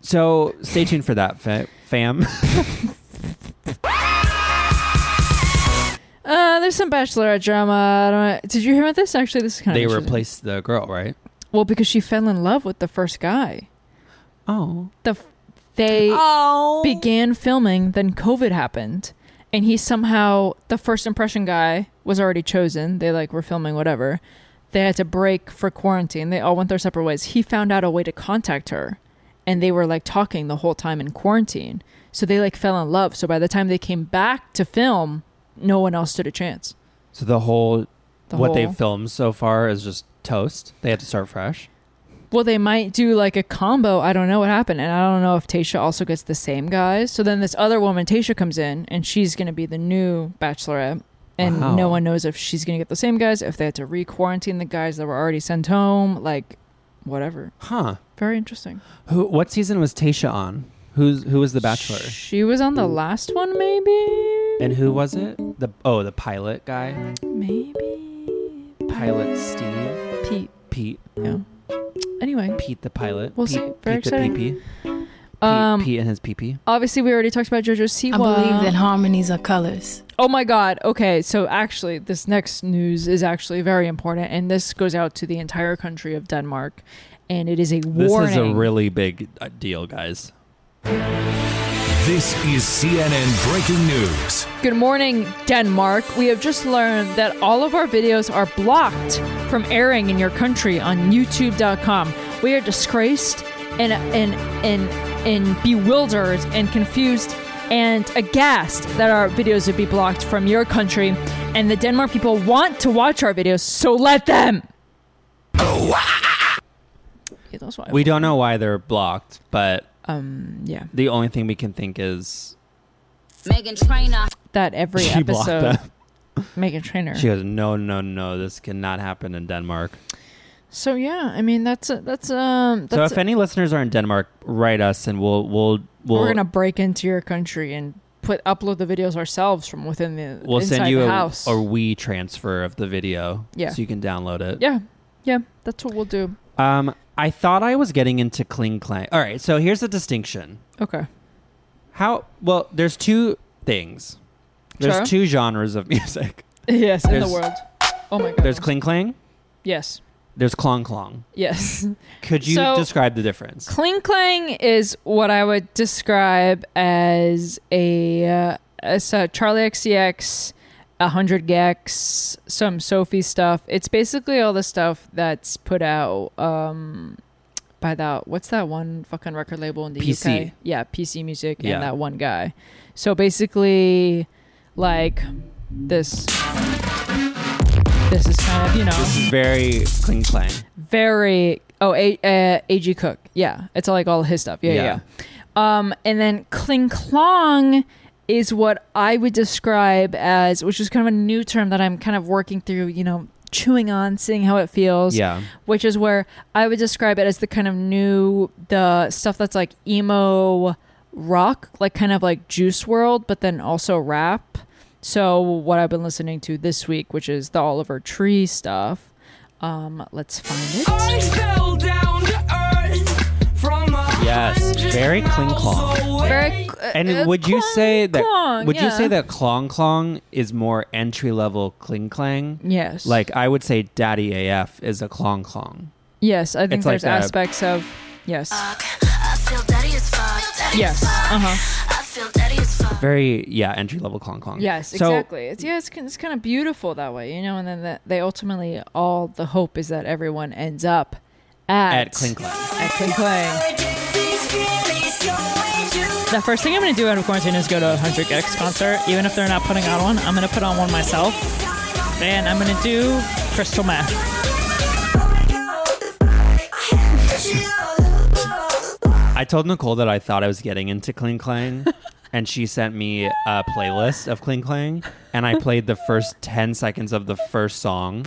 So stay tuned for that, fa-
*laughs*
fam.
Uh, there's some bachelorette drama. I don't know. Did you hear about this? Actually, this is kind of
they replaced the girl, right?
Well, because she fell in love with the first guy.
Oh.
The f- they began filming, then COVID happened, and he somehow the first impression guy was already chosen. They like were filming whatever. They had to break for quarantine. They all went their separate ways. He found out a way to contact her, and they were like talking the whole time in quarantine. So they like fell in love. So by the time they came back to film, no one else stood a chance.
So the whole
The
what
whole-
they've filmed so far is just toast. They have to start fresh.
Well, they might do like a combo. I don't know what happened. And I don't know if Tasha also gets the same guys. So then this other woman, Tasha, comes in and she's going to be the new bachelorette. And
Wow.
no one knows if she's going to get the same guys, if they had to re quarantine the guys that were already sent home, like whatever.
Huh.
Very interesting.
Who? What season was Tasha on? Who's who was the Bachelor?
She was on the last one, maybe?
And who was it? The oh, the pilot guy,
Maybe.
pilot Steve,
Pete,
Pete,
yeah, Anyway,
Pete the pilot.
We'll
Pete,
see. Very
Pete
exciting.
The pee-pee. Pete,
Um,
Pete and his pee pee.
Obviously, we already talked about JoJo Siwa.
I believe that harmonies are colors.
Oh my God. Okay. So, actually, this next news is actually very important. And this goes out to the entire country of Denmark. And it is a
This
warning.
is a really big uh, deal, guys.
This is CNN breaking news.
Good morning, Denmark. We have just learned that all of our videos are blocked from airing in your country on YouTube.com. We are disgraced and and and and bewildered and confused and aghast that our videos would be blocked from your country. And the Denmark people want to watch our videos, so let them. Yeah, that's why.
We don't know why they're blocked, but
Um, yeah.
the only thing we can think is
Megan Trainor.
That every
*laughs* She blocked
episode,
them.
Megan Trainer.
she goes, no, no, no, this cannot happen in Denmark.
So yeah, I mean that's a, that's um. That's
so if any listeners are in Denmark, write us and we'll we'll we'll
we're gonna break into your country and put upload the videos ourselves from within the
we'll
inside
send you
the
a,
house.
a we transfer of the video.
Yeah.
So you can download it.
yeah, yeah, that's what we'll do.
Um, I thought I was getting into Kling Clang. All right, so here's the distinction.
Okay.
How well, there's two things. There's
Sure.
two genres of *laughs* music.
*laughs* Yes, in the
There's-
world. Oh my god.
There's Kling Clang,
Yes.
there's Klong Klong.
Yes. *laughs*
Could you
So-
describe the difference?
Kling Clang is what I would describe as a uh, as a Charlie XCX, 100 Gex, some Sophie stuff. It's basically all the stuff that's put out um, by that what's that one fucking record label in the
PC.
UK? Yeah, PC Music
Yeah.
and that one guy. So basically, like this. This is kind of you know
This is very Kling Clang.
very oh a uh, ag cook yeah it's like all his stuff yeah yeah,
Yeah.
yeah. um and then kling klong is what i would describe as which is kind of a new term that i'm kind of working through you know chewing on seeing how it feels
Yeah.
which is where i would describe it as the kind of new the stuff that's like emo rock like kind of like juice world but then also rap so what i've been listening to this week which is the oliver tree stuff um let's find it
I fell down to earth from a
Yes, very Kling Klong.
Very, uh,
And would you say that
Klong,
would you
yeah.
say that Klong Klong is more entry level Kling Clang?
Yes.
Like I would say Daddy AF is a Klong Klong.
yes i think
It's like
there's
a-
aspects of yes
Uh,
feel daddy as fuck. Daddy
yes
As fuck.
uh-huh
I feel daddy as fuck.
Very yeah, entry level Klong Klong.
yes exactly it's yeah it's, kin- it's kind of beautiful that way you know and then that they ultimately all the hope is that everyone ends up at
At Kling Clang.
at Kling Klang.
The first thing I'm going to do out of quarantine is go to a 100 Gex concert. Even if they're not putting on one, I'm going to put on one myself. And I'm going to do Crystal Meth.
I told Nicole that I thought I was getting into Kling
*laughs*
Clang, and she sent me a playlist of Kling Clang, and I played the first 10 seconds of the first song.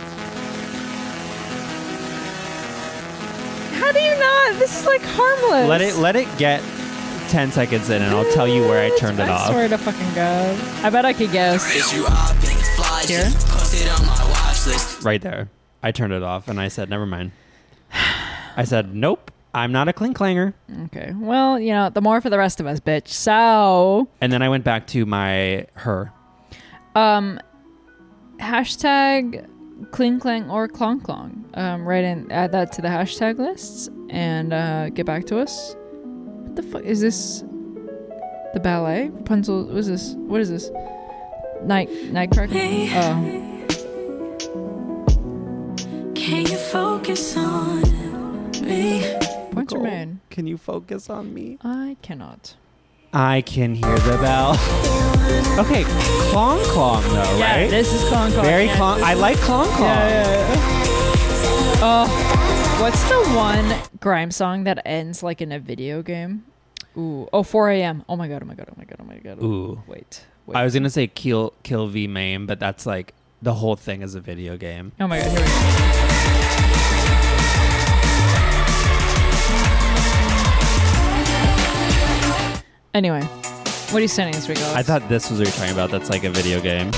how do you not this is like harmless
Let it let it get 10 seconds in, and I'll tell you where I turned it
i
off.
swear to fucking god i bet i could guess here
Right there. I turned it off, and I said, never mind. I said, nope, I'm not a Kling Clanger.
okay well you know the more for the rest of us bitch so
And then I went back to my her.
Um, hashtag Kling Clang or Klong Klong. Um, right in, add that to the hashtag lists and uh, get back to us. What the fuck is this? The ballet? Rapunzel? What is this? What is this? Night Nightcracker? Oh.
Can you focus on me?
Points are made.
Can you focus on me?
Oh, I cannot.
I can hear the bell. Okay, Klong Klong though,
Yeah,
right?
this is Klong Klong,
Very
yeah.
Klong. I like Klong Klong.
Oh. What's the one grime song that ends like in a video game? Ooh. Oh, 4 a.m. Oh my god, oh my god, oh my god, oh my god.
Ooh.
Wait.
I was gonna say kill kill V Mame, but that's like the whole thing is a video game.
Oh my god, here we go. Anyway, what are you sending this week, Alex?
I thought this was what you're talking about. That's like a video game.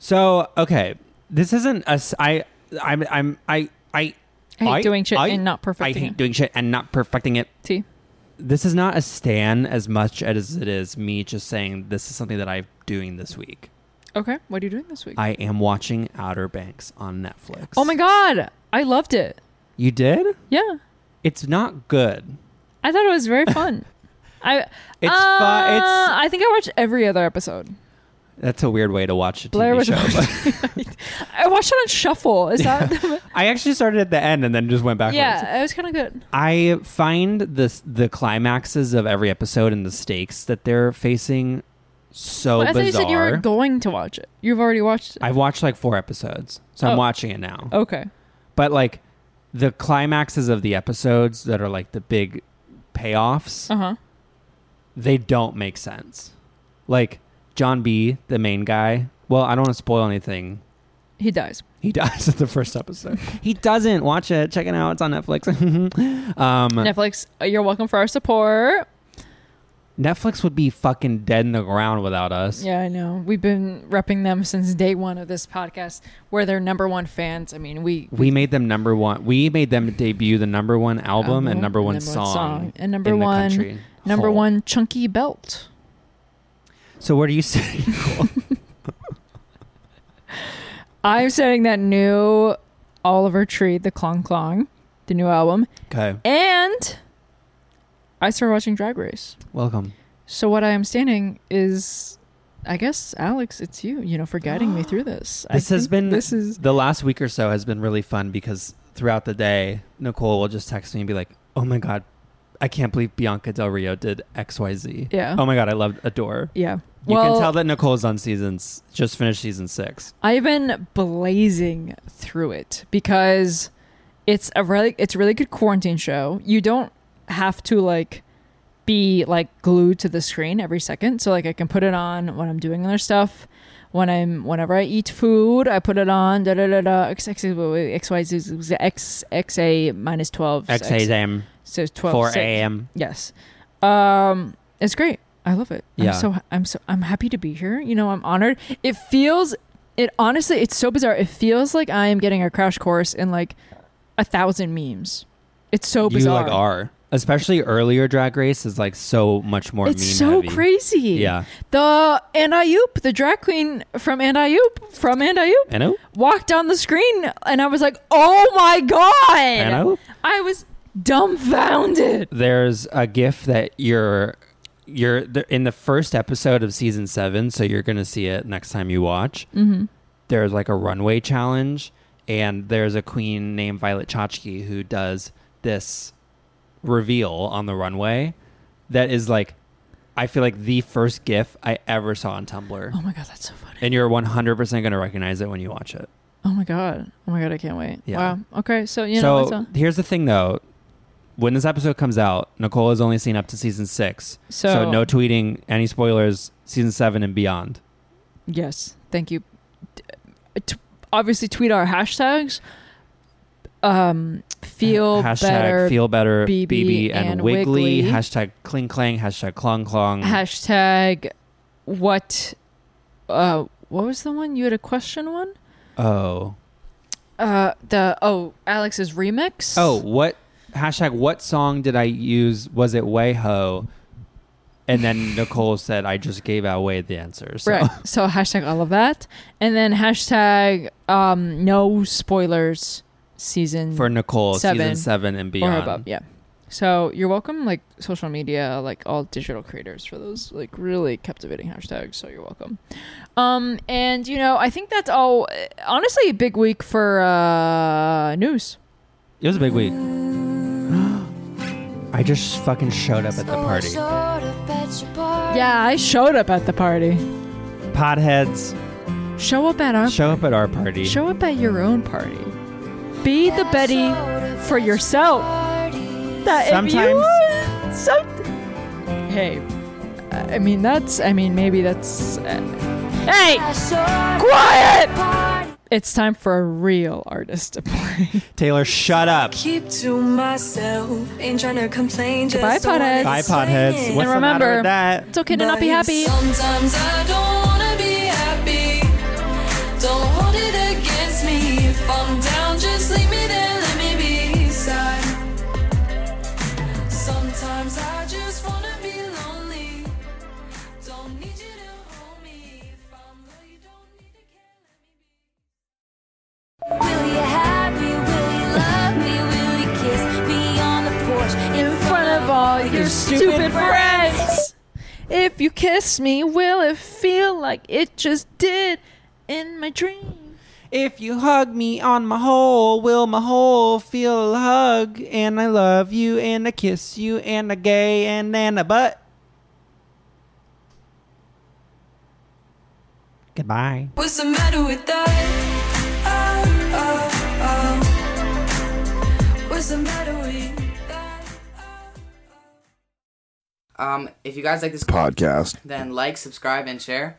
So okay, this isn't a. s- I I'm I'm I I.
I hate doing shit and not perfecting
I hate
it.
doing shit and not perfecting it.
T.
This is not a stan as much as it is me just saying this is something that I'm doing this week.
Okay, what are you doing this week?
I am watching Outer Banks on Netflix.
oh my god, I loved it.
You did?
Yeah,
It's not good.
I thought it was very
*laughs*
fun. I
It's
uh,
fu- it's-
I think I watched every other episode.
That's a weird way to watch a TV
Blair was *laughs*
show. but-
I watched it on shuffle. Is that?
*laughs* I actually started at the end and then just went backwards.
yeah, it was kind of
Oh,
good.
I find this the climaxes of every episode and the stakes that they're facing so
But I thought
bizarre.
you said you were going to watch it. You've already watched it.
I've watched like four episodes, so
Oh.
I'm watching it now.
Okay.
But like the climaxes of the episodes that are like the big payoffs,
Uh huh.
they don't make sense. Like John B, the main guy, Well, I don't want to spoil anything.
He dies.
He *laughs* dies at the first episode. *laughs* he doesn't. Watch it. Check it out. It's on Netflix. *laughs* um,
Netflix, uh, you're welcome for our support.
Netflix would be fucking dead in the ground without us.
Yeah, I know. We've been repping them since day one of this podcast. We're their number one fans. I mean, we
We made them number one. We made them debut the number one album, and number one song,
and number
in the
one
country.
number
Whole.
one chunky belt.
So where do you *laughs* say?
I'm setting that new Oliver Tree, the Clong Clong, the new album,
okay,
and I started watching Drag Race.
welcome.
So what I am standing is, I guess, Alex, it's you. You know, for guiding me through this. I
This has
think
been
This is
the last week or so has been really fun because throughout the day, Nicole will just text me and be like, "Oh my god, I can't believe Bianca Del Rio did X Y Z.
Yeah.
Oh my god, I loved adore.
yeah.
You
Well,
can tell that Nicole's on seasons. Just finished season six.
I've been blazing through it because it's a really it's a really good quarantine show. You don't have to like be like glued to the screen every second. So like I can put it on when I'm doing other stuff. When I'm whenever I eat food, I put it on da da da da x x x y z z- x x a minus twelve
X A M.
so twelve
Four
six.
a.m.
Yes. Um it's great. I love it.
Yeah.
I'm so I'm so I'm happy to be here. You know, I'm honored. It feels it honestly it's so bizarre. It feels like I am getting a crash course in like a thousand memes. It's so
you
Oh, bizarre.
like are especially earlier Drag Race is like so much more.
it's
meme
so
heavy.
crazy.
Yeah.
The Andiup, the drag queen from Andiup, from Andiup,
Andiup?
walked on the screen and I was like, "Oh my god."
Andiup?
I was dumbfounded.
There's a GIF that you're you're th- in the first episode of season seven, so you're gonna see it next time you watch.
Mhm.
There's like a runway challenge, and there's a queen named Violet Chachki who does this reveal on the runway that is like. I feel like the first GIF I ever saw on Tumblr.
Oh my god, that's so funny.
And you're 100% going to recognize it when you watch it.
Oh my god. Oh my god, I can't wait.
Yeah.
Wow. Okay, so you know uh,
so
that's all.
here's the thing, though. When this episode comes out, Nicole has only seen up to season six.
So-
no tweeting, any spoilers, season seven and beyond.
Yes. Thank you. D- t- obviously, tweet our hashtags. Um, feel
hashtag
better.
feel better,
BB,
and,
and
Wiggly.
Wiggly.
Hashtag cling clang. Hashtag clong clong.
Hashtag what? Uh, what was the one you had a question one?
oh.
Uh, the oh Alex's remix.
Oh, what? Hashtag what song did I use? Was it Way Ho? And then Nicole said, I just gave away the answer. So. *laughs*
Right. So hashtag all of that, and then hashtag um no spoilers season
For Nicole,
seven
season seven and
or
beyond.
above. Yeah. So you're welcome. Like social media, like all digital creators for those like really captivating hashtags. So you're welcome. Um, and you know I think that's all. eh, Honestly, a big week for uh news.
It was a big week. *gasps* I just fucking showed up at the party.
Yeah, I showed up at the party.
Potheads,
Show up at our
show up at our party.
show up at your own party. Be the Betty for yourself. That if you
Sometimes-
are some- Hey, I mean that's. I mean maybe that's. uh, hey, quiet. It's time for a real artist to play. *laughs*
Taylor, shut up.
Keep to myself, ain't trying to complain. Just
Goodbye,
don't wanna
potheads.
Bye, potheads. What's
and
the matter
remember,
with that?
it's okay to not be
But
happy.
Sometimes I don't wanna be happy. Don't hold it against me. If I'm down, just leave me there, let me be sad. Sometimes I just wanna be lonely. Don't need you to hold me. If I'm low, you don't need to care.
Will you happy? Will you love me? Will you kiss me on the porch in front of all
your stupid friends. If you kiss me, will it feel like it just did in my dream?
If you hug me on my hole, will my hole feel a hug? And I love you, and I kiss you, and I gay, and then I butt. Goodbye.
What's the matter with that? Oh, oh, oh. What's the matter with
Um, if you guys like this
Podcast.
Um, then like, subscribe, and share.